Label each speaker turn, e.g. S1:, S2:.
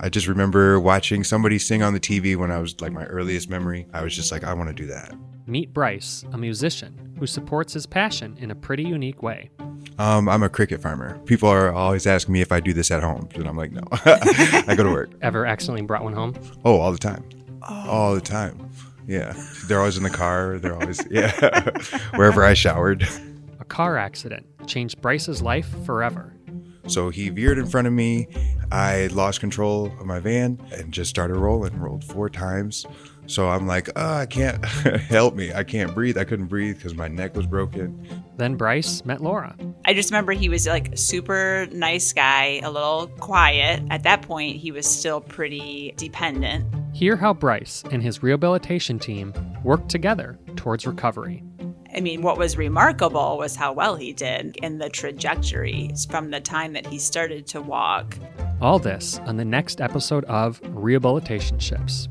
S1: I just remember watching somebody sing on the TV when I was like my earliest memory. I was just like, I want to do that.
S2: Meet Bryce, a musician who supports his passion in a pretty unique way.
S1: Um, I'm a cricket farmer. People are always asking me if I do this at home, and I'm like, no, I go to work.
S2: Ever accidentally brought one home?
S1: Oh, all the time, all the time. Yeah, they're always in the car. They're always yeah, wherever I showered.
S2: A car accident changed Bryce's life forever.
S1: So he veered in front of me. I lost control of my van and just started rolling, rolled four times. So I'm like, oh, I can't help me. I can't breathe. I couldn't breathe because my neck was broken.
S2: Then Bryce met Laura.
S3: I just remember he was like a super nice guy, a little quiet. At that point, he was still pretty dependent.
S2: Hear how Bryce and his rehabilitation team worked together towards recovery.
S3: I mean, what was remarkable was how well he did in the trajectory from the time that he started to walk.
S2: All this on the next episode of Rehabilitation Ships.